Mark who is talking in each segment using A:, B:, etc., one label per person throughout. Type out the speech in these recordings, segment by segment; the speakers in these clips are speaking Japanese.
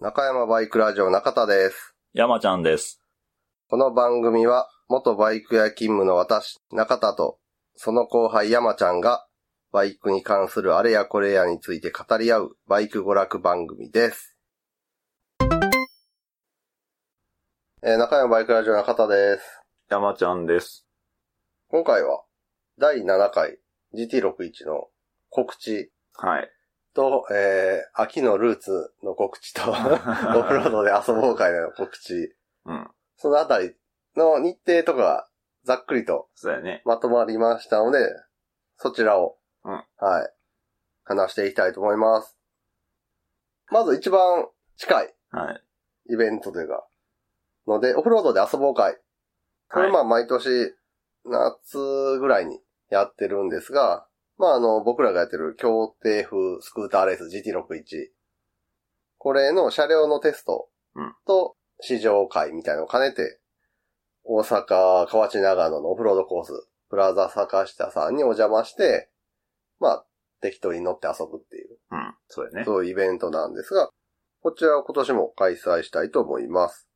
A: 中山バイクラジオ中田です。
B: 山ちゃんです。
A: この番組は、元バイク屋勤務の私、中田と、その後輩山ちゃんが、バイクに関するあれやこれやについて語り合う、バイク娯楽番組です。えー中山バイクラジオ中田です。
B: 山ちゃんです。
A: 今回は、第7回 GT61 の告知
B: はい。
A: と、えー、秋のルーツの告知と、オ フロードで遊ぼう会の告知、
B: うん。
A: そのあたりの日程とかがざっくりと
B: そうやね。
A: まとまりましたので、そちらを、
B: うん
A: はい、話していきたいと思います。まず一番近い
B: はい。
A: イベントというか、ので、オフロードで遊ぼう会。これまあ毎年夏ぐらいにやってるんですが、まああの僕らがやってる協定風スクーターレース GT61。これの車両のテスト
B: うん
A: と試乗会みたいのを兼ねて、大阪河内長野のオフロードコース、プラザ坂下さんにお邪魔して、まあ適当に乗って遊ぶっていう、
B: うん。そうやね。
A: そういうイベントなんですが、こちらを今年も開催したいと思います。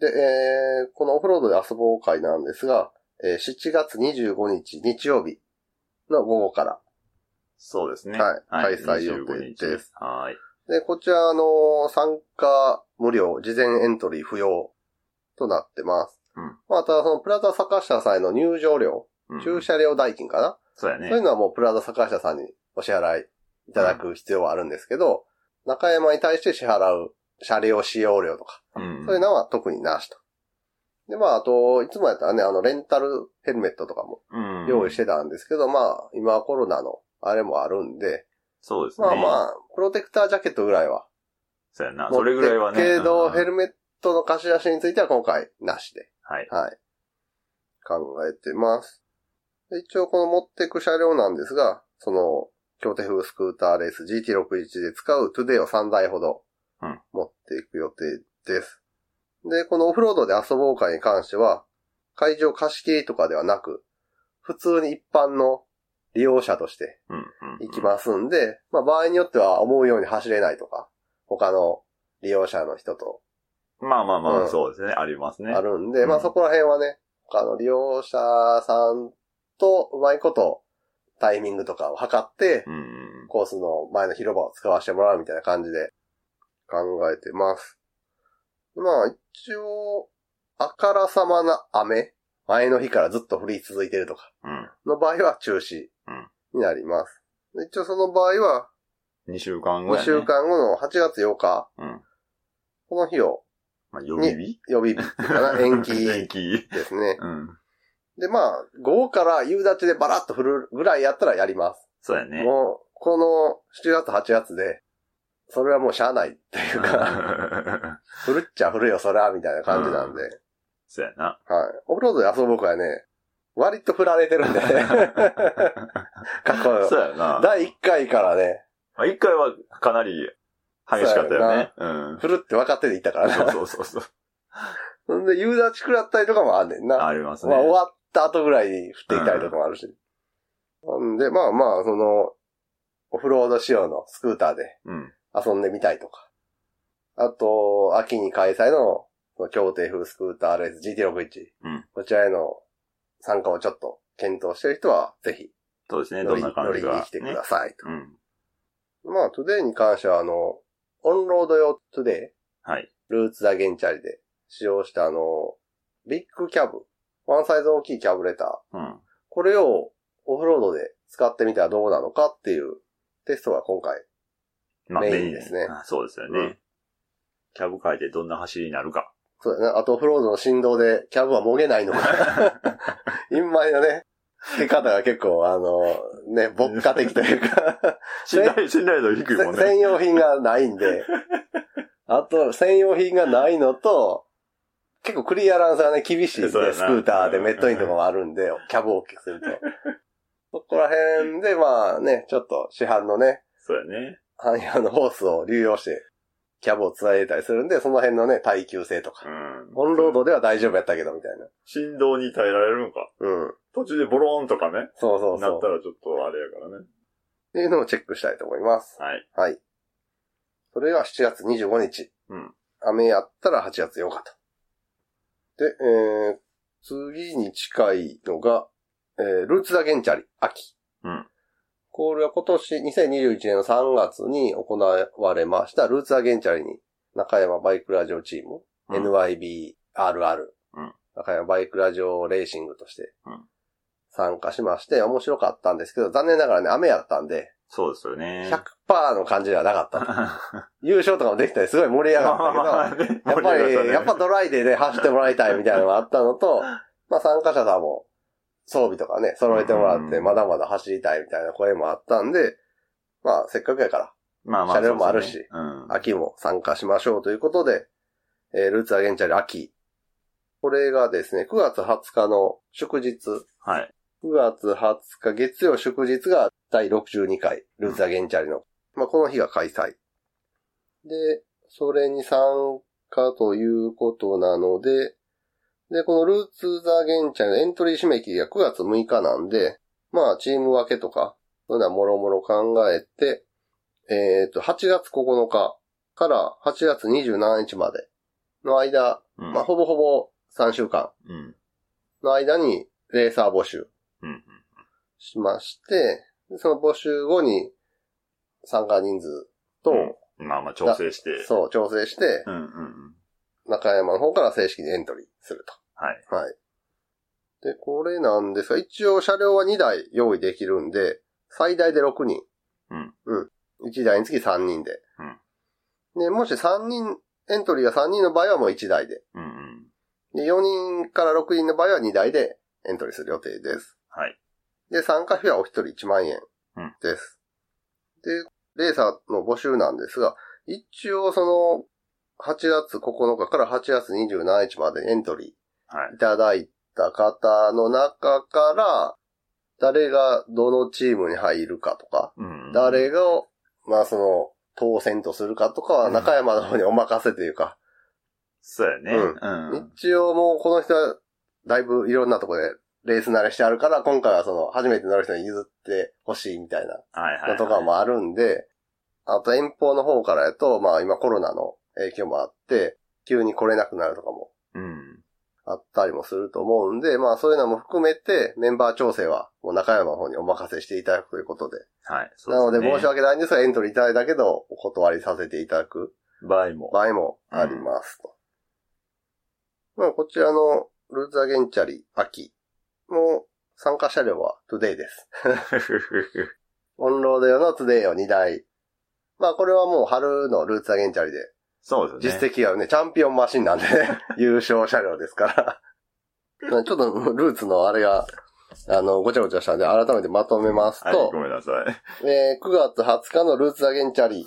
A: で、えー、このオフロードで遊ぼう会なんですが、えー7月25日日曜日の午後から。
B: そうですね。
A: はい開催予定です
B: 25日。はい。
A: で、こちら、あのー参加無料、事前エントリー不要となってます。
B: うん
A: まあ、ただそのプラザ坂下さんへの入場料、
B: うん
A: 駐車料代金かな、
B: そうやね
A: そういう。のはもうプラザ坂下さんにお支払いいただく必要はあるんですけど、中山に対して支払う車両使用料とか、
B: うん
A: そういうのは特になしと。で、まあ、あと、いつもやったらね、あの、レンタルヘルメットとかも
B: うん
A: 用意してたんですけど、まあ、今はコロナのあれもあるんで、
B: そうですね。
A: まあま
B: あ。
A: あ、プロテクタージャケットぐらいは。
B: そうやな。それぐらいはね。
A: け
B: う
A: ど、
B: ん
A: ヘルメットの貸し出しについては今回なしで、
B: はい。
A: はい。考えてます。で一応この持ってく車両なんですが、その、京手風スクーターレース GT61 で使うトゥデイを3台ほど
B: うん
A: 持っていく予定です。で、このオフロードで遊ぼう会に関しては、会場貸し切りとかではなく、普通に一般の利用者として
B: うん。うん。
A: 行きますんで、まあ場合によっては思うように走れないとか、他の利用者の人と
B: まあまあま
A: う
B: あ、
A: ん
B: そうですね。ありますね。
A: あるんで、
B: うん
A: まあそこら辺はね、他の利用者さんとうまいことタイミングとかを測って
B: う、ん。
A: コースの前の広場を使わせてもらうみたいな感じで考えてます。まあ一応、あからさまな雨、前の日からずっと降り続いてるとか、
B: うん。
A: の場合は中止になります。で一応その場合は、
B: 2週間後や
A: 5
B: ね。
A: 週。間後の8月8日、
B: うん。
A: この日を
B: まあ、予備日
A: 予備日っていうか な、延期
B: 延
A: で
B: 期。
A: すね。
B: うん。
A: で、まあ、午後から夕立でバラッと降るぐらいやったらやります。
B: そうやね。
A: もう、この7月8月で、それはもうしゃあないっていうか、 降るっちゃ降るよ、そら、みたいな感じなんで。
B: そうやな。
A: はい。オフロードで遊ぶ僕はね、割と振られてる んで、過
B: そ
A: 去、
B: うやな。
A: 第1回からね、
B: まあ、一回はかなり激しかったよね。うん。
A: 振るって分かってていったから
B: そ う
A: な。
B: そうそうそう。
A: ほんで、夕立食らったりとかもあんねんな。
B: ありますね
A: まあ、。終わった後ぐらいに降っていたりとかもあるし。なんで、まあまあ、その、オフロード仕様のスクーターで
B: うん。
A: 遊んでみたいとか。あと、秋に開催の、その協定風スクーターレース GT61。
B: うん
A: こちらへの参加をちょっと検討してる人は、ぜひ、
B: そうですね。
A: 乗
B: ど
A: り
B: んな感
A: 乗
B: じ
A: り
B: が。
A: に来てくださいと。
B: ねうん。
A: まあ、トゥデイに関しては、あの、オンロード用トゥデ
B: はい。
A: イ、ルーツダゲンチャリで使用したあの、ビッグキャブ、ワンサイズ大きいキャブレター、
B: うん。
A: これをオフロードで使ってみたらどうなのかっていうテストが今回。
B: まあ、
A: メイン
B: メイン
A: ですね
B: あそうですよね。
A: うん
B: キャブ界でどんな走りにな るか。
A: そうだね。あとオフロードの振動でキャブはもげない のか。今までのね、手方が結構、あの、ね、牧歌的というか、
B: 信頼、信頼度低いもん
A: せ
B: ね。
A: 専用品がないんで、あと、専用品がないのと、結構クリアランスがね、厳しいんで、スク
B: そうやな
A: ーターでメットインとかもあるんで、キャブを大きくすると。そこら辺で、まあね、ちょっと市販のね、
B: そうやね。
A: 汎用のホースを流用して、キャブを繋いでたりするんで、その辺のね、耐久性とか。
B: うん。
A: オンロードでは大丈夫やったけど、みたいな。
B: 振動に耐えられるのか。
A: うん。
B: 途中でボローンとかね。
A: そうそう
B: な
A: そう。
B: った
A: っ
B: らちょっとあれやからね。
A: ていうのをチェックしたいと思います。
B: はい。
A: はい。それが7月25日。
B: うん
A: 雨やったら8月8日と。で、えー、次に近いのが、えー、ルーツ・ダ・ゲンチャリ、秋。
B: うん
A: これは今年、2021年の3月に行われました、ルーツ・ダ・ゲンチャリに、中山バイクラジオチーム、
B: うん
A: NYBRR、
B: うん
A: 中山バイクラジオレーシングとして
B: うん、
A: 参加しまして、面白かったんですけど、残念ながらね、雨やったんで、
B: そうですよね。
A: 100%の感じではなかった。優勝とかもできたり、すごい盛り上がったけど、 やっぱり、やっぱドライでね、走ってもらいたいみたいなのがあったの と、まあ参加者さんも装備とかね、揃えてもらって、
B: うん
A: まだまだ走りたいみたいな声もあったんで、まあせっかくやか
B: まあまあ、
A: 車両もあるし
B: そうですねうん
A: ら、秋も参加しましょうということで、えールーツアゲンチャリ秋。これがですね、9月20日の祝日、
B: はい。
A: 9月20日月曜祝日が第62回、ルーツアゲンチャリの、まあこの日が開催。で、それに参加ということなので、で、このルーツ・ザ・ゲンチャリのエントリー締め切りが9月6日なんで、まあ、チーム分けとか、そういうのはもろもろ考えて、えっ、と、8月9日から8月27日までの間、
B: うん
A: まあ、ほぼほぼ3週間
B: うん。
A: の間にレーサー募集
B: うん。
A: しまして、でその募集後に参加人数と、
B: うんまあまあ、調整して。
A: そう、調整して、
B: うんうんうん。
A: 中山の方から正式にエントリーする
B: はい。
A: と。はい。で、これなんですが、一応車両は2台用意できるんで、最大で6人。
B: うん。
A: うん。1台につき3人で。
B: うん
A: で、もし3人、エントリーが3人の場合はもう1台で。
B: うんうん。
A: で、4人から6人の場合は2台でエントリーする予定です。
B: はい。
A: で、参加費はお一人1万円
B: うん
A: です。で、レーサーの募集なんですが、一応その、8月9日から8月27日までエントリ
B: はい
A: ーい。ただいた方の中から、誰がどのチームに入るかとか、
B: うんうん
A: 誰が、まあその、当選とするかとかは
B: うん
A: 中山の方にお任せというか、
B: そうやね。
A: う
B: うん。
A: 一応もうこの人はだいぶいろんなとこでレース慣れしてあるから、今回はその初めて乗る人に譲ってほしいみたいな
B: はいはいは
A: の
B: い。
A: とかもあるんで、あと遠方の方からやと、まあ今コロナの影響もあって、急に来れなくなるとかも
B: うん。
A: あったりもすると思うんで、まあそういうのも含めてメンバー調整はもう中山の方にお任せしていただくということで。
B: はい。そ
A: なの
B: う
A: で
B: ですね
A: 申し訳ないんですが、エントリーいただいたけど、お断りさせていただく
B: 場合も。
A: 場合もありますと。まあこちらのルーザ・ゲンチャリ秋も参加車両はトゥデイです。オンロード用のトゥデイを2台。まあこれはもう春のルーツアゲンチャリで、
B: そうですよね。
A: 実績がね、チャンピオンマシンなんで、 優勝車両ですから。まあちょっとルーツのあれが、あの、ごちゃごちゃしたんで、改めてまとめます
B: はい、
A: と
B: ご、めんなさい。
A: えー9月20日のルーツアゲンチャリ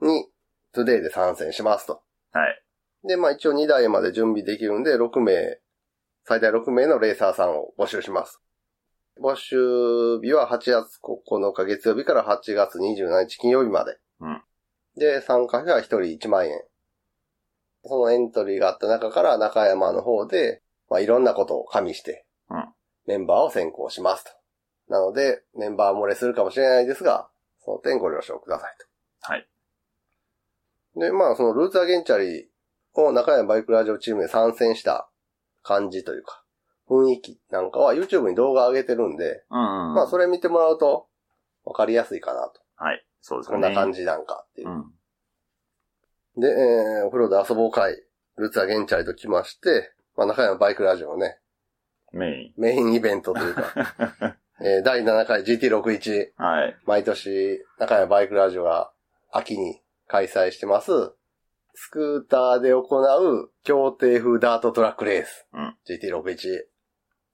A: に、トゥデイで参戦しますと。
B: はい。
A: で、まあ一応2台まで準備できるんで、6名、最大6名のレーサーさんを募集します。募集日は8月9日月曜日から8月27日金曜日まで。
B: うん
A: で、参加費は1人1万円。そのエントリーがあった中から中山の方で、まあいろんなことを加味して
B: うん、
A: メンバーを選考しますと。なので、メンバー漏れするかもしれないですが、その点ご了承くださいと。
B: はい。
A: で、まあ、そのルーツアゲンチャリを中山バイクラジオチームで参戦した感じというか、雰囲気なんかは YouTube に動画上げてるんで、
B: うんうん。
A: まあ、それ見てもらうと分かりやすいかなと。
B: はい。そうです
A: こ
B: よ
A: ん
B: ね。
A: な感じなんかっていう
B: う。ん。
A: で、えー、お風呂で遊ぼう会、ルーツアゲンチャリと来まして、まあ、中山バイクラジオのね、
B: メイ
A: メインイベントというか、えー、第7回 GT61、
B: ン。はい。
A: 毎年中山バイクラジオが秋に開催してます、スクーターで行う協定風ダートトラックレース。
B: うん
A: GT61。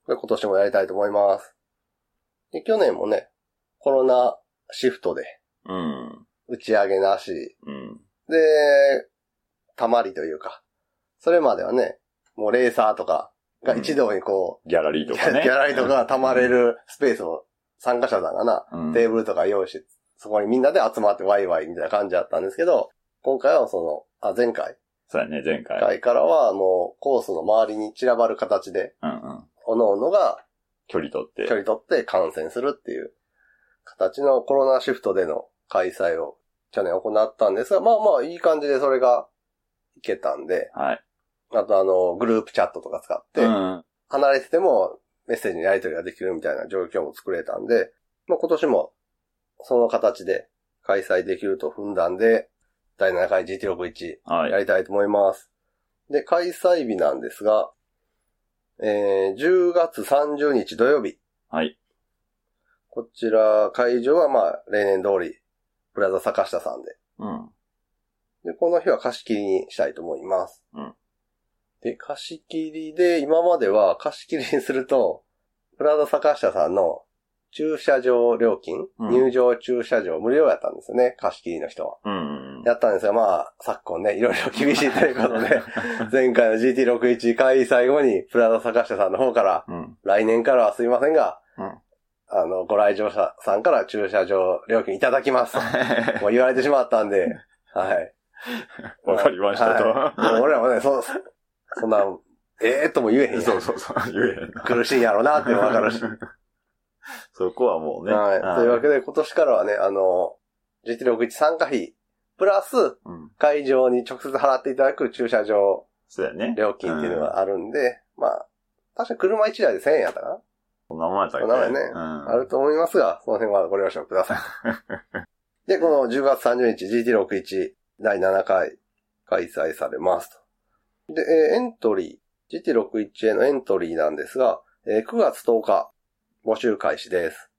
A: これ今年もやりたいと思います。で、去年もね、コロナシフトで
B: うん。
A: 打ち上げなし、
B: うん。
A: で、たまりというか、それまではね、もうレーサーとかが一堂にこ
B: ギャラリ
A: う、
B: ーとかね。
A: ギャラリーとかが溜まれるスペースを参加者さんがな、
B: うん。
A: テーブルとか用意して、そこにみんなで集まってワイワイみたいな感じだったんですけど、今回はその、あ、前回、
B: そうやね、前回。
A: 回からはもうコースの周りに散らばる形で、
B: うんうん。
A: 各々が
B: 距離取って。
A: 距離取って観戦するっていう形のコロナシフトでの開催を去年行ったんですが、まあまあいい感じでそれがいけたんで、
B: はい。
A: あとあの、グループチャットとか使って、
B: うん。
A: 離れててもメッセージのやり取りができるみたいな状況も作れたんで、まあ、今年もその形で開催できると踏んだんで、第7回 GT61
B: はい
A: や。りたいと思います。で、開催日なんですが、えー、10月30日土曜日。
B: はい。
A: こちら会場はまあ例年通り、プラザ坂下さんで
B: うん。
A: で、この日は貸し切りにしたいと思います。
B: うん
A: で、貸し切りで、今までは貸し切りにすると、プラザ坂下さんの駐車場料金、
B: うん
A: 入場駐車場無料やったんですよね、貸し切りの人は。
B: うん。
A: やったんですが、まあ、昨今ね、いろいろ厳しいということ で、前回の GT61 開催後に、プラザ坂下さんの方から、
B: うん。
A: 来年からはすいませんが、
B: うん
A: あの、ご来場者さんから駐車場料金いただき ますと。もう言われてしまったんで、はい。
B: わかりましたと。
A: もう 俺らもね、そ、そそんな、ええとも言えへんや。
B: そうんそうそう。言えへんな。
A: 苦しいんやろうなってわかるし。
B: そこはもうね。
A: はい。というわけ
B: で。
A: で、今年からはね、あの、GT61 参加費、プラス
B: うん。
A: 会場に直接払っていただく駐車場
B: そうやね。
A: 料金っていうのがあるんで、まあ、確か車1台で1000円やったかな、
B: そんなもんやったっけ
A: そんなもんやね
B: うん。
A: あると思いますが、その辺はご了承くだ さい。で、この10月30日 GT61 第7回開催されますと。で、えーエントリー、GT61 へのエントリーなんですが、えー9月10日募集開始です。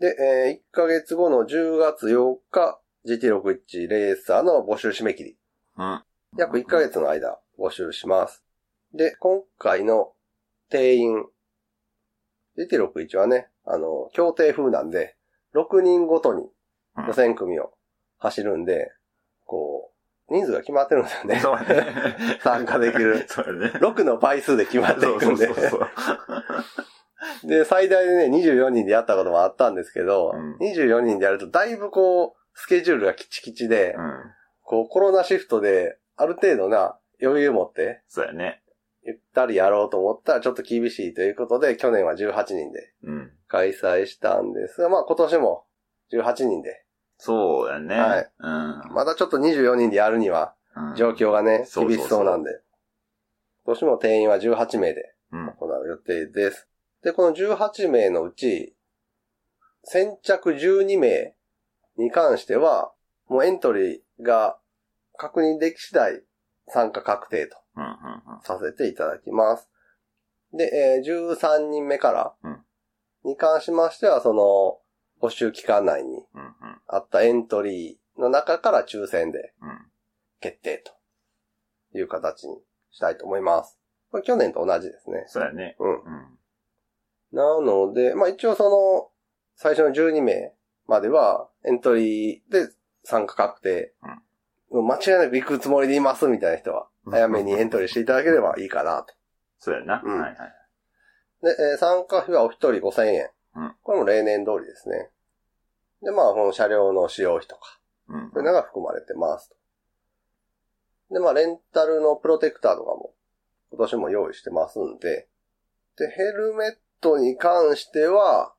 A: で、え1ヶ月後の10月8日 GT61 レーサーの募集締め切り。
B: うん。
A: 約1ヶ月の間募集します。で、今回の定員、GT61 はね、あの、協定風なんで、6人ごとに予選組を走るんで、こう、人数が決まってるんですよね。
B: そう やね。
A: 参加できる
B: そうやね。
A: 6の倍数で決まっていくんで
B: そう。そうそう
A: で、最大でね、24人でやったこともあったんですけど、
B: うん
A: 24人でやるとだいぶこう、スケジュールがキチキチで、
B: そう。うん。
A: こう、コロナシフトで、ある程度な余裕持って、
B: そうやね。
A: ゆったりやろうと思ったらちょっと厳しいということで、去年は18人で
B: うん。
A: 開催したんですが、まあ今年も18人で、
B: そうやね。
A: はい。
B: うん。
A: まだちょっと24人でやるには
B: うん
A: 状。況がね、
B: そうそうそう
A: 厳しそうなんで、今年も定員は18名で
B: うん。
A: 行う予定です。で、この18名のうち、先着12名に関しては、もうエントリーが確認でき次第参加確定と。
B: うん。うん。
A: させていただきます。で、えー13人目か
B: う
A: ら
B: ん、
A: に関しましては、その、募集期間内に
B: うん。うん。
A: あったエントリーの中から抽選で
B: うん。
A: 決定という形にしたいと思います。これ去年と同じですね。
B: そうやね。
A: うん。
B: うん。
A: なので、まあ一応その、最初の12名までは、エントリーで参加確定。もう間違いなく行くつもりでいますみたいな人は、早めにエントリーしていただければいいかなと。
B: そうやな。
A: うん
B: はいはい。
A: で、えー参加費はお一人5000円。
B: うん
A: これも例年通りですね。で、まあ、この車両の使用費とか、
B: うん
A: そういうのが含まれてます。で、まあ、レンタルのプロテクターとかも、今年も用意してますんで、で、ヘルメットに関しては、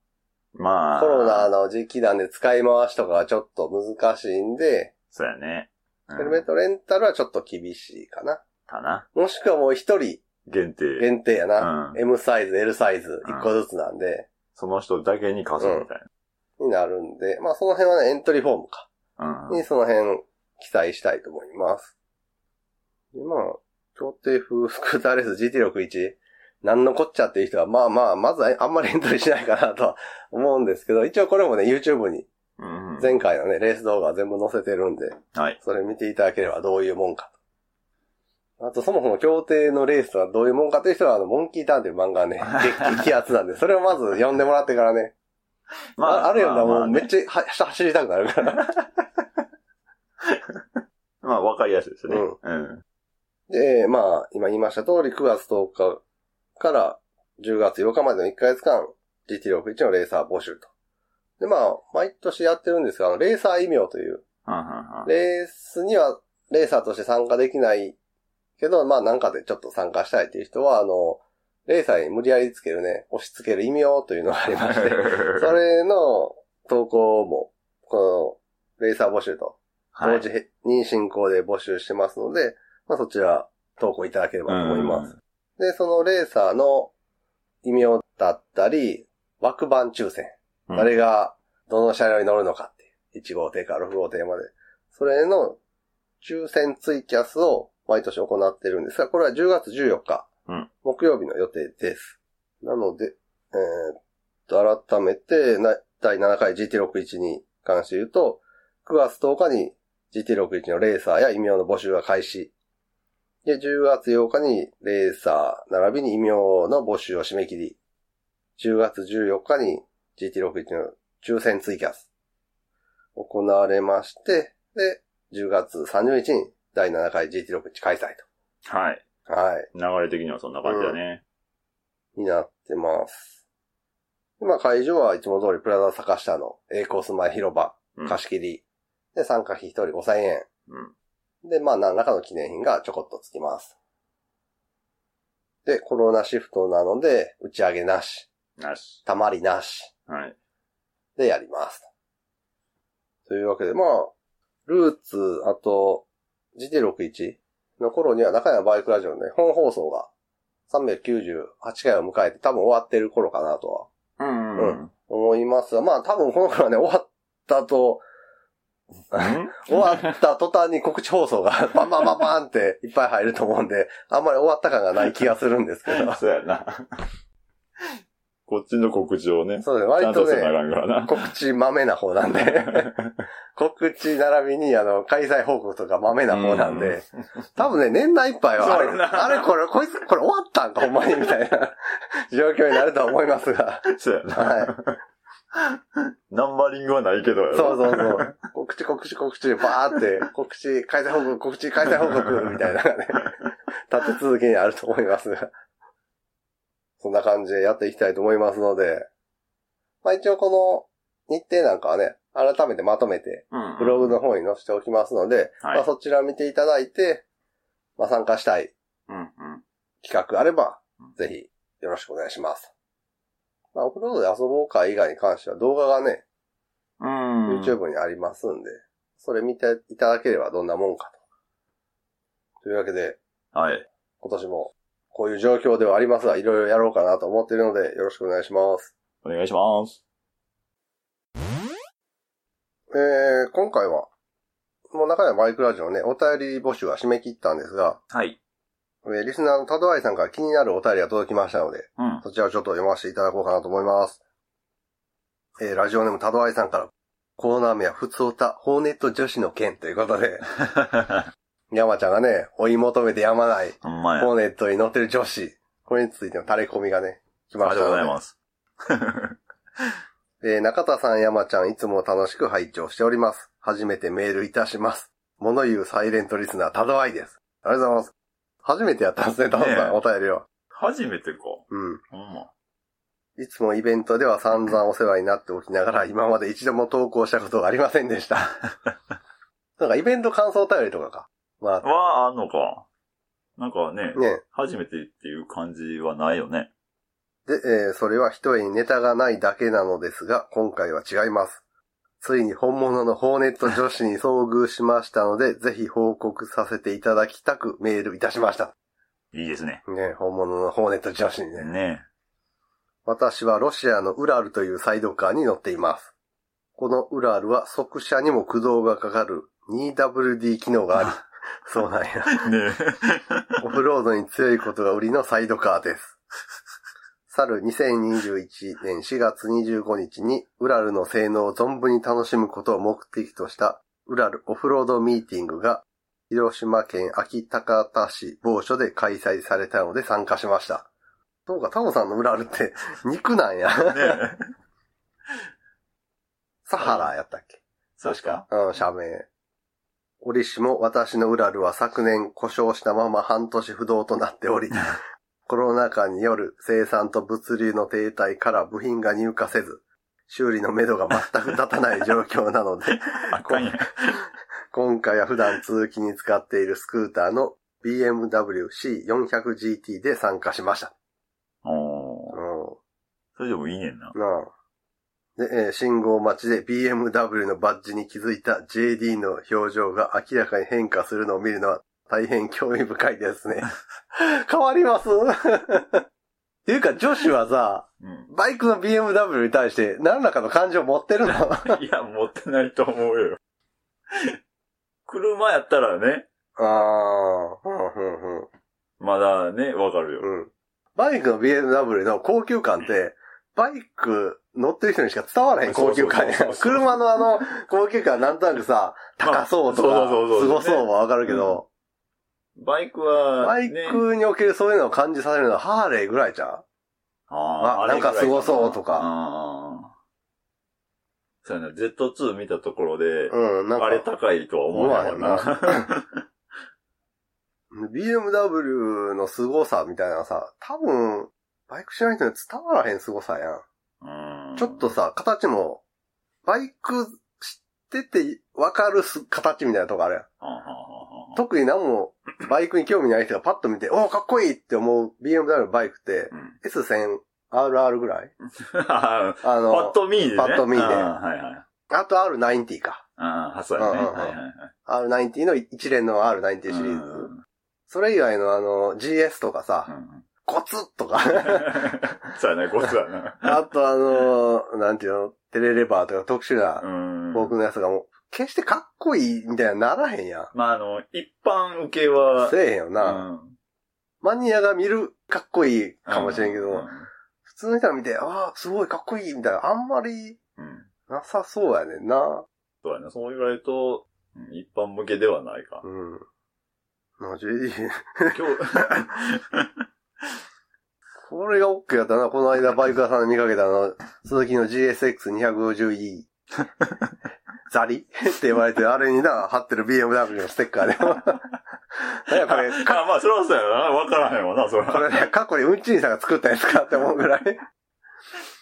B: まあ。
A: コロナの時期なんで使い回しとかがちょっと難しいんで、
B: そうやね。うん
A: ヘルメットレンタルはちょっと厳しいかな。
B: かな。
A: もしくはもう一人
B: 限定。
A: 限定や
B: う
A: な。
B: ん。
A: M サイズ、L サイズ、
B: うん
A: 一個ずつなんで、
B: その人だけに貸すみたい
A: になるんで、まあその辺はね、エントリーフォームか。
B: な。うん。
A: にその辺記載したいと思います。で、まあ、協定風スクーターレース GT61、なんのこっちゃっていう人は、まあまあ、まずはあんまりエントリーしないかなとは思うんですけど、一応これもね、YouTube に
B: うんうん。
A: 前回のね、レース動画全部載せてるんで、
B: はい。
A: それ見ていただければどういうもんかと。あと、そもそも協定のレースとはどういうもんかという人は、あの、モンキーターンという漫画は ね、激気圧なんで、それをまず読んでもらってからね、あ、あるような、
B: ま
A: も
B: あ
A: う
B: ね
A: めっちゃは走りたくなるから。
B: まあ、わかりやすいですね。
A: うん
B: うん。
A: で、まあ、今言いました通り、9月10日から10月8日までの1ヶ月間、GT61 のレーサー募集と。で、まあ、毎年やってるんですが、あのレーサー異名という、
B: うんうんうん
A: レースにはレーサーとして参加できないけど、まあ、なんかでちょっと参加したいっていう人は、あの、レーサーに無理やりつけるね、押し付ける異名というのがありま して、それの投稿も、この、レーサー募集と
B: は
A: 同
B: い
A: 時。に進行で募集してますので、まあそちら投稿いただければと思います。で、そのレーサーの異名だったり、枠番抽選。
B: うん
A: 誰がどの車両に乗るのかっていう。1号艇から6号艇まで。それの抽選ツイキャスを毎年行ってるんですが、これは10月14日、
B: うん
A: 木曜日の予定です。なので、えーっと、改めてな、第7回 GT61 に関して言うと、9月10日に GT61 のレーサーや異名の募集が開始。で、10月8日にレーサー並びに異名の募集を締め切り。10月14日に GT61 の抽選ツイキャス。行われまして、で、10月30日に第7回 GT61 開催
B: はい。
A: と。はい。
B: 流れ的にはそんな感じだね。
A: になってます。今会場はいつも通りプラザ坂下の A コース前広場
B: うん
A: 貸し切り。で、参加費1人5000円。
B: うん。
A: で、まあ何らかの記念品がちょこっとつきます。で、コロナシフトなので、打ち上げなし、
B: なし。
A: たまりなし
B: はい。
A: でやります。というわけで、まあ、ルーツ、あと、GT61 の頃には中山バイクラジオのね、本放送が398回を迎えて多分終わってる頃かなとは
B: うん
A: う
B: うん。。
A: 思いますが、まあ多分この頃はね、終わったと、終わった途端に告知放送がバンバンバンバンっていっぱい入ると思うんで、あんまり終わった感がない気がするんですけど
B: そうやな。こっちの告知をね、
A: そうですね、
B: ち
A: 割
B: ゃんと
A: と
B: せなあ
A: ね、
B: かんから な。
A: 告知豆な方なん で。告知並びに、あの、開催報告とか豆な方なん
B: うん
A: で、多分ね、年内いっぱいは、あ
B: そう
A: れ、
B: やな
A: あれこれ、こいつ、これ終わったんか、ほんまに、みた いな状況になるとは思いますが、
B: そうやな。
A: は
B: ナンバリングはないけどや
A: い。
B: ろ
A: そうそうそう。告知、告知、告知、バーって、告知、開催報告、告知、開催報 告、みたいなのがね、立て続けにあると思いますが、そんな感じでやっていきたいと思いますので、まあ一応この日程なんかはね、改めてまとめて、
B: うん
A: ブログの方に載せておきますので、
B: はい
A: まあ、そちら見ていただいて、まあ、参加したい
B: うんうん。
A: 企画あれば
B: うん、
A: ぜひよろしくお願いします。まあ、オフロードで遊ぼう会以外に関しては動画がね、
B: うん。
A: YouTube にありますんで、それ見ていただければどんなもんかと。というわけで、
B: はい。
A: 今年もこういう状況ではありますが、いろいろやろうかなと思っているので、よろしくお願いします。
B: お願いします。
A: えー、今回は、もう中ではバイクラジオね、お便り募集は締め切ったんですが、
B: はい。
A: えーリスナーのタドアイさんから気になるお便りが届きましたので、
B: うん。
A: そちらをちょっと読ませていただこうかなと思います。えーラジオネームタドアイさんから、コーナー名は普通歌、ホーネット女子の件ということで、 山ちゃんがね、追い求めてやまない、
B: ほんまや。
A: ホーネットに乗ってる女子、これについての垂れ込みがね、来
B: あり
A: ま
B: が
A: し
B: とう
A: た
B: ござい
A: の
B: ます。
A: で、えー中田さん、山ちゃん、いつも楽しく拝聴しております。初めてメールいたします。物言うサイレントリスナー、タドアイです。ありがとうございます。初めてやったんですね、タドさん、
B: ねえ
A: お便りを。
B: 初めてか。
A: うん。
B: ほんま。
A: いつもイベントでは散々お世話になっておきながら、今まで一度も投稿したことがありませんでした。なんかイベント感想頼りとかか。ま
B: は、あんのか。なんかね
A: あ、、ね。
B: 初めてっていう感じはないよね。
A: で、えーそれは一重にネタがないだけなのですが、今回は違います。ついに本物のホーネット女子に遭遇しましたので、ぜひ報告させていただきたくメールいたしました。
B: いいですね。
A: ね、本物のホーネット女子にね。
B: ね
A: 私はロシアのウラルというサイドカーに乗っています。このウラルは速車にも駆動がかかる 2WD 機能があり、そうなんや。
B: え。ね
A: オフロードに強いことが売りのサイドカーです。去る2021年4月25日に、ウラルの性能を存分に楽しむことを目的とした、ウラルオフロードミーティングが、広島県秋高田市某所で開催されたので参加しました。そうか、タモさんのウラルって、肉なんや。
B: え。ねえ。
A: サハラやったっけ
B: そうしか。
A: うん、社名。折しも私のウラルは昨年故障したまま半年不動となって おり、コロナ禍による生産と物流の停滞から部品が入荷せず、修理のめどが全く立たない状況なので、
B: あ っかんや。
A: 今回は普段通勤に使っているスクーターの BMW C400GT で参加しました。
B: おー
A: う
B: それでもいいねんな。
A: ん。なあ。で、えー信号待ちで BMW のバッジに気づいた JD の表情が明らかに変化するのを見るのは大変興味深いです ね。変わりますっていうか女子はさ、
B: うん。
A: バイクの BMW に対して何らかの感情を持ってるのあ
B: いや、持ってないと思うよ。車やったらね、
A: あ、うんうんうん。
B: まだね、わかるよ。
A: うん。バイクの BMW の高級感って、バイク乗ってる人にしか伝わらへん
B: そ
A: 高
B: うそ
A: 級
B: う
A: 感や
B: そうそう。そう
A: 車のあの高級感なんとなくさ、
B: まあ
A: 高そうとか、
B: そうそうそう
A: す
B: そう
A: ごそうはわかるけど、
B: バイクは、
A: バ
B: ね、
A: イクにおけるそういうのを感じさせるのはハーレーぐらいじゃん
B: あ
A: あ
B: あ、
A: なんかすごそうとか
B: あーそうやな、Z2 見たところで、
A: うん、なんか。
B: あれ高いとは思わへんもん
A: 思
B: な。
A: BMW の凄さみたいなさ、多分、バイクしない人に伝わらへん凄さやん。
B: うん
A: ちょっと、さ、形も、バイク知っててわかるす形みたいなとこあるやん。
B: あーはーはーはー
A: 特に何も、バイクに興味ない人がパッと見て、おーかっこいいって思う BMW のバイクって、
B: うん
A: S1000RR ぐらい
B: あー
A: あ
B: パッ
A: の、
B: と見でね。
A: パッと見で
B: あーはいはい。
A: あと R90 か。
B: ああ、そうやね。
A: うんうんうん
B: はいはいはい。
A: R90 の一連の R90 シリ
B: う
A: ー
B: ん
A: ズ。それ以外のあの、GS とか
B: う
A: さ、
B: ん
A: コツとか。
B: そうやな、こっちだな。
A: あとあのーなんていうの、テレレバーとか特殊
B: う
A: な、
B: ん。
A: 僕のやつがもう、決してかっこいいみたいにならへんやん。
B: まあ、あの、一般受けは、
A: せえへんよな。
B: うん
A: マニアが見るかっこいいかもしれんけど、
B: うん
A: 普通の人が見て、ああ、すごいかっこいいみたいな、あんまり
B: うん。
A: なさそうやねんな。
B: そうやな、そう言われると、うん一般向けではないか
A: う。ん。な、JD。
B: 今日、
A: これが OK やったな。この間バイク屋さんで見かけたあの、鈴木の GSX250E。ザリ って言われて、あれにな、貼ってる BMW のステッカーで。何やこれ、
B: あまあ、それはそうやな。わからへんわな、それ
A: こ
B: は。
A: れね、過去にうんちりさんが作ったやつかって思うぐらい。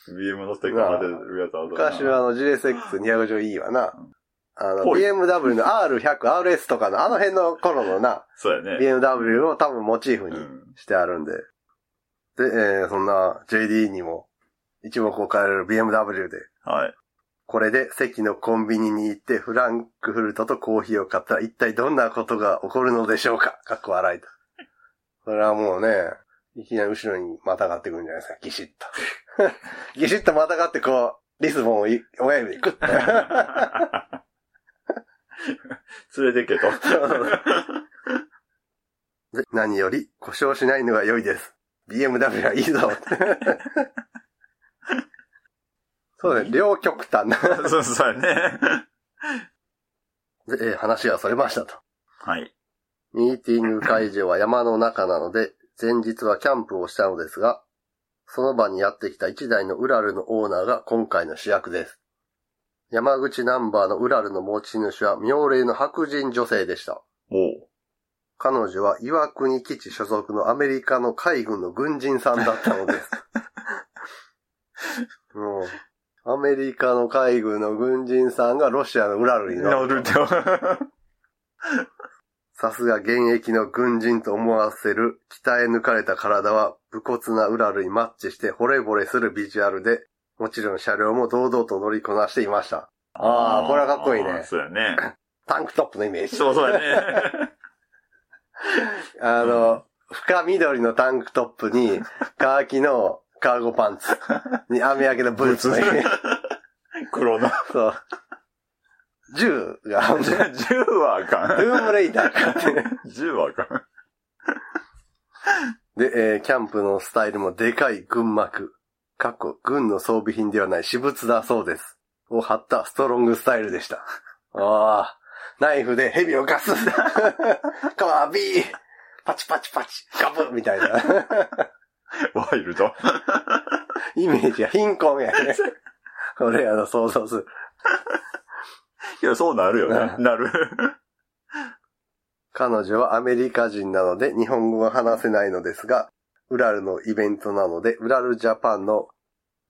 B: BM のステッカーまでるやつある
A: 昔はあの GSX250E はな、あの
B: ぽい
A: BMW の R100、RS とかのあの辺の頃のな、
B: そうやね。
A: BMW を多分モチーフに
B: うん
A: してあるんで。で、えーそんな JD にも一目置かれる BMW で、
B: はい。
A: これで席のコンビニに行ってフランクフルトとコーヒーを買ったら一体どんなことが起こるのでしょうかかっこ笑いと。それはもうね、いきなり後ろにまたがってくるんじゃないですか、ギシッと。 ギシッとまたがってこう、リスボンをい親指でグッと。
B: 連れてけと。
A: で何より故障しないのが良いです。BMW はいいぞ。 そうね、両極端な。
B: そうそうやね。
A: でえー話がそれましたと。
B: はい。
A: ミーティング会場は山の中なので、前日はキャンプをしたのですが、その場にやってきた一台のウラルのオーナーが今回の主役です。山口ナンバーのウラルの持ち主は妙齢の白人女性でした。
B: も
A: 彼女は岩国基地所属のアメリカの海軍の軍人さんだったのです。もう、アメリカの海軍の軍人さんがロシアのウラ
B: う。
A: ルに乗
B: 乗
A: る。
B: るって。う
A: さすが現役の軍人と思わせる鍛え抜かれた体は武骨なウラルにマッチして惚れ惚れするビジュアルで、もちろん車両も堂々と乗りこなしていました。あーこれはかっこいいね
B: そうやね。
A: タンクトップのイメージ。
B: そうそうや ね。
A: あの、深緑のタンクトップに、カーキのカーゴパ ンツに網焼けのブーツのイメージ。
B: 黒の。
A: そう。銃 が、
B: 銃
A: ル
B: はあかん。
A: ームレイダーかって。
B: 銃はあかん。
A: で、えーキャンプのスタイルもでかい軍幕、かっこ軍の装備品ではない私物だそうです。を貼ったストロングスタイルでした。ああ、ナイフで蛇をガス カワビーパチパチパチガブみたいな。
B: ワイルド。
A: イメージは貧困やね。これあの想像する。
B: いや、そうなるよね。なる。
A: 彼女はアメリカ人なので日本語が話せないのですが、ウラルのイベントなので、ウラルジャパンの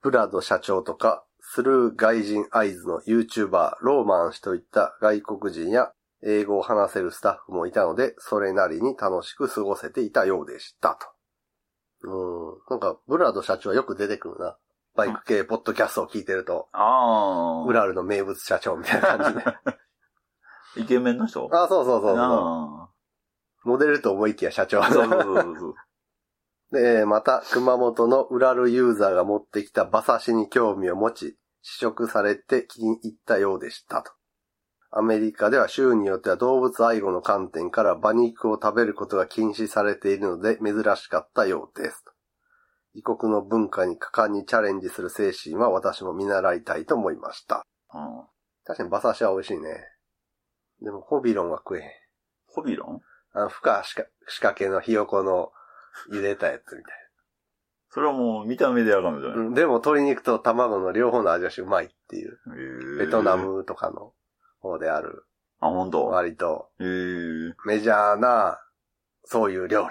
A: ブラド社長とか、スルー外人アイズの YouTuber ローマン氏といった外国人や英語を話せるスタッフもいたので、それなりに楽しく過ごせていたようでしたと。うん。なんか、ブラド社長はよく出てくるな。バイク系ポッドキャストを聞いてると、
B: ああ。
A: ウラールの名物社長みたいな感じで。
B: イケメンの人
A: あ、そうそうそうそ
B: あ
A: う。モデルと思いきや社長
B: あ。。そうそうそうそう。
A: で、また、熊本のウラルユーザーが持ってきた馬刺しに興味を持ち、試食されて気に入ったようでしたと。アメリカでは州によっては動物愛護の観点から馬肉を食べることが禁止されているので珍しかったようです。異国の文化に果敢にチャレンジする精神は私も見習いたいと思いました。
B: うん
A: 確かに馬刺しは美味しいね。でもホビロンは食えへん。
B: ホビロン
A: あの、ふかしか、仕掛けのひよこの茹でたやつみたいな。
B: それはもう見た目でやかんのじゃない、
A: うんでも鶏肉と卵の両方の味がしてうまいっていう。
B: へえ
A: ベトナ。ムとかの方である、
B: あ、本当。へ
A: 割と
B: え
A: メジャーな、そういう料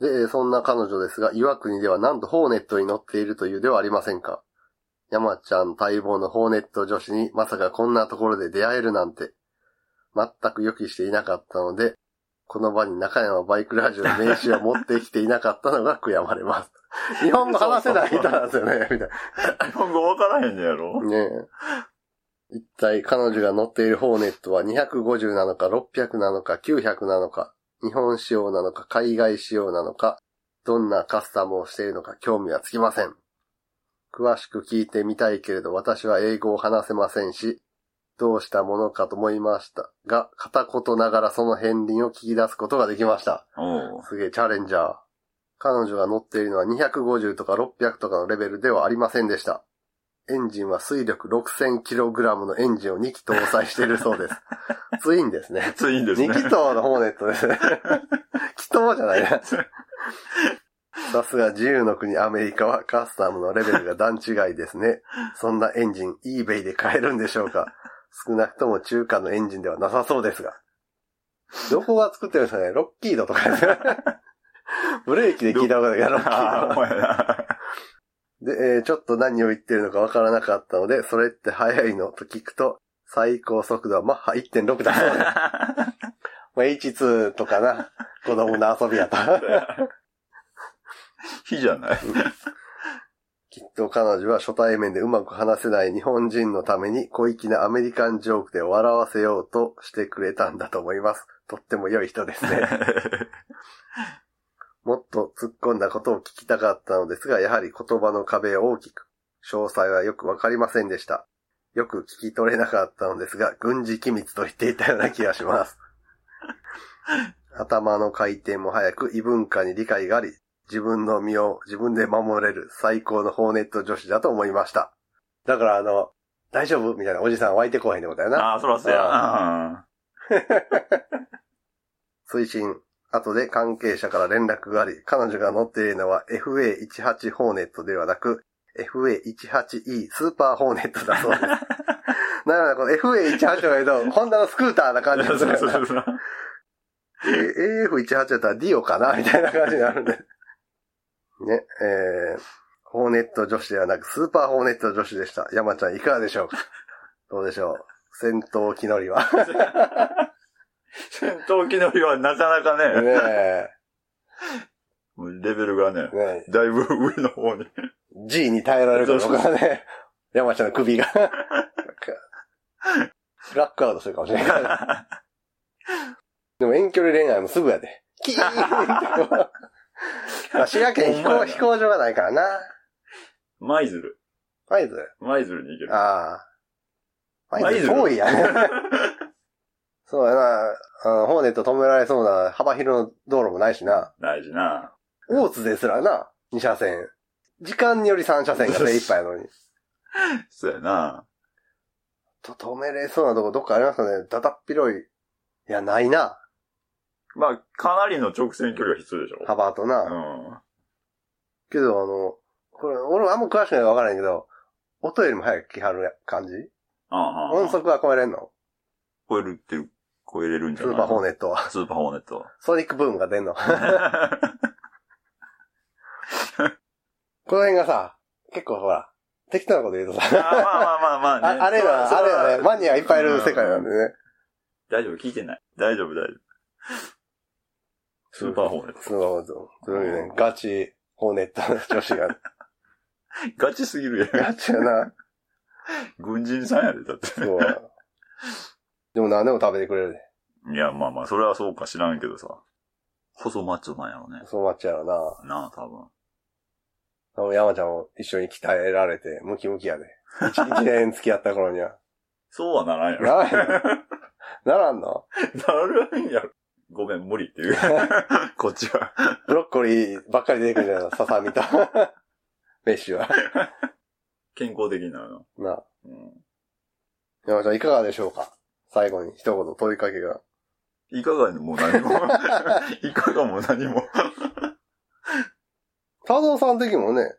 A: 理。で、そんな彼女ですが、岩国ではなんとホーネットに乗っているというではありませんか。山ちゃん待望のホーネット女子にまさかこんなところで出会えるなんて、全く予期していなかったので、この場に中山バイクラジオの名刺を持ってきていなかったのが悔やまれます。日本語話せない人なんですよね、みたいな。
B: 日本語わからへんのやろ
A: ねえ。一体彼女が乗っているホーネットは250なのか600なのか900なのか、日本仕様なのか海外仕様なのか、どんなカスタムをしているのか興味はつきません。詳しく聞いてみたいけれど私は英語を話せませんし、どうしたものかと思いましたが、片言ながらその片鱗を聞き出すことができました。
B: おう
A: すげえ、チャレンジャー。彼女が乗っているのは250とか600とかのレベルではありませんでした。エンジンは水力 6000kg のエンジンを2機搭載しているそうです。ツインですね。
B: ついんですね
A: 2。気筒のホーネットですね。 気筒じゃないな。さすが自由の国アメリカはカスタムのレベルが段違いです ね。そんなエンジン eBay で買えるんでしょうか少なくとも中華のエンジンではなさそうですが。どこが作ってるんですかねロッキードとか ですね。ブレーキで聞いたことないけどロッキード
B: ああ、。ほんまや な。
A: で、えーちょっと何を言ってるのかわからなかったので、それって速いのと聞くと、最高速度はマッハ1.6だそうです。まあ、H2 とかな、子供の遊び やった。
B: 火じゃない
A: きっと彼女は初対面でうまく話せない日本人のために小粋なアメリカンジョークで笑わせようとしてくれたんだと思います。とっても良い人ですね。 もっと突っ込んだことを聞きたかったのですが、やはり言葉の壁を大きく、詳細はよくわかりませんでした。よく聞き取れなかったのですが、軍事機密と言っていたような気がします。頭の回転も早く異文化に理解があり、自分の身を自分で守れる最高のホーネット女子だと思いました。だからあの、大丈夫みたいなおじさん湧いてこへんってことやな。
B: ああ、そらそうや。
A: 推進。後で関係者から連絡があり、彼女が乗っているのは FA18 ホーネットではなく、FA18E スーパーホーネットだそうです。なるほど、この FA18 だけど、ホンダのスクーターな感じ
B: そう
A: です
B: そ
A: ね
B: う。そうそう。
A: え AF18 だったらディオかなみたいな感じになるんで。ね、えー、ホーネット女子ではなく、スーパーホーネット女子でした。山ちゃん、いかがでしょうかどうでしょう戦闘機乗りは。
B: 戦闘機乗りはなかなか
A: ね
B: ね、
A: え、
B: もうレベルがね、
A: ねえ
B: だいぶ上の 方に。
A: G に耐えられるかどうかがね、山ちゃんの首が。ブラックアウトするかもしれない。 でも遠距離恋愛もすぐやで。キーンってこう。まあ滋賀県飛
B: ほんまや
A: 行、
B: な
A: 飛行場がないからな。
B: マイズル。
A: マイズ
B: マイズルに行ける。
A: ああ。マイズ
B: 舞鶴
A: 遠いやね。そうやな。あの、ホーネット止められそうな幅広の道路もないしな。
B: 大事な。
A: 大津ですらな、2車線。時間により3車線が精一杯やのに。
B: そうやな。
A: と止めれそうなとこどっかありますかねだだっ広い。いや、ないな。
B: まあ、かなりの直線距離が必要でしょ。
A: 幅とな。
B: うん。
A: けど、あの、これ、俺あんま詳しくないから分からないけど、音よりも早く来はる感じ
B: ああ。
A: 音速は超えれんの
B: 超えるって、超えれるんじ
A: ス
B: ゃない
A: ーパーホー
B: ネッ
A: ネットは。
B: ト。スーパーホーネッ ト。
A: ソニックブームが出んの。 この辺がさ、結構ほら、適当なこと言うと
B: まあま
A: さ、
B: あまあまあね。
A: ああれは、あれはね、マニアいっぱいいる世界なんでね。
B: 大丈夫、聞いてない。大丈夫、大丈夫。スーパーホーネット。
A: そうそう。そういうね、ガチ、ホーネットの女子 が。
B: ガチすぎる やん。
A: ガチやな。
B: 軍人さんやで、だって。
A: そうや。でも何でも食べてくれるで。
B: いや、まあまあ、それはそうか知らんけどさ。細マッチョなんやろね。
A: そうなっちゃうよな。
B: なあ、多分。
A: 多分山ちゃんも一緒に鍛えられて、ムキムキやで。一一年付き合った頃に は。
B: そうはならんやろ。
A: ならならんの
B: ならんやろ。ごめん、無理って いう。こっちは。
A: ブロッコリーばっかり出てくるじゃないささみと。 飯は。
B: 健康的になるの。
A: なあ。
B: う
A: 山ちゃんいかがでしょうか最後に一言問いかけが。
B: ん。いかがにも何も。 いかがも何も。
A: 太蔵さん的にもね、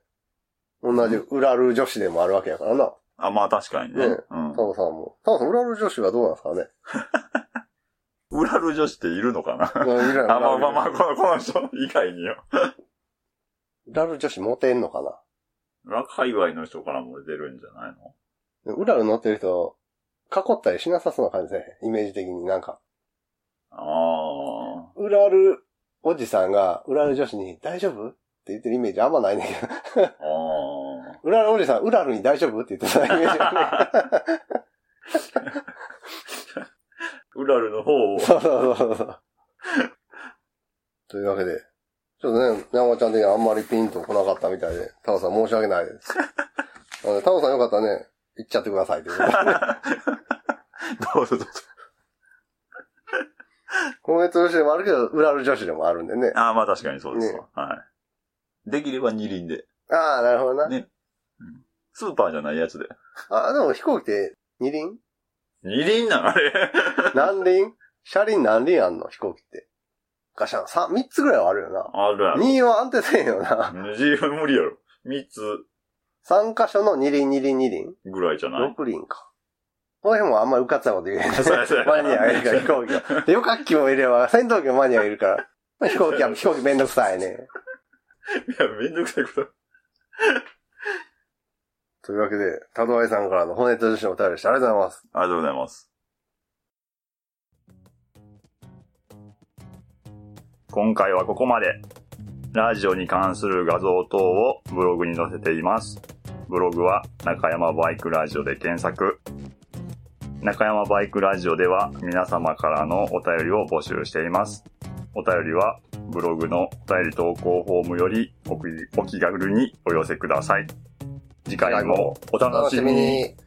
A: 同じウラル女子でもあるわけやからな。
B: あ、まあ確かにね。
A: ね
B: うん
A: 太。蔵さんも。太蔵さん、ウラル女子はどうなんですかね
B: ウラル女子っているのか
A: う
B: な
A: んいるやろ
B: あ、まあまあまあ、この、この人以外によ。
A: ウラル女子モテんのかな
B: 裏界隈の人からも出るんじゃないの
A: でウラル乗ってる人、囲ったりしなさそうな感じですね。イメージ的になんか。
B: あ
A: ウラルおじさんが、ウラル女子に、大丈夫って言ってるイメージあんまないねんけど。
B: あ。ああ。
A: ウラルおじさん、ウラルに大丈夫って言ってたイメージがね。
B: ウラルの方 を。
A: そうそうそうそう。というわけで、ちょっとね、山ちゃん的にはあんまりピンと来なかったみたいで、タオさん申し訳ないです。なのでタオさんよかったらね、行っちゃってくださいということで
B: どうぞどうぞ。
A: 今月女子でもあるけど、ウラル女子でもあるんでね。
B: ああ、まあ確かにそうですわ。
A: ね
B: はい。できれば二輪で。
A: ああ、なるほどな。
B: ねスーパーじゃないやつで。
A: あ、でも飛行機って二輪
B: 二輪なんあれ。
A: 何輪車輪何輪あんの飛行機って。ガシャン、三、三つぐらいはあるよな。
B: あるあ る。
A: 2は安定せんよな。
B: 自由無理やろ。三つ
A: 3箇所の二輪二輪二輪。
B: ぐらいじゃない
A: 六輪か。この辺もあんまりうかつなこと言えない。
B: そうやそうや
A: マニアがいるから飛行機 は。旅客機もいれば、戦闘機もマニアがいるから。まあ飛行機は、飛行機めんどくさいね。
B: いや、めんどくさいこと。
A: というわけで、タドアイさんからの骨と女子のお便りでした。ありがとうございます。
B: ありがとうございます。今回はここまで。ラジオに関する画像等をブログに載せています。ブログは中山バイクラジオで検索。中山バイクラジオでは皆様からのお便りを募集しています。お便りはブログのお便り投稿フォームよりお気お気軽にお寄せください。次回もお楽しみに。。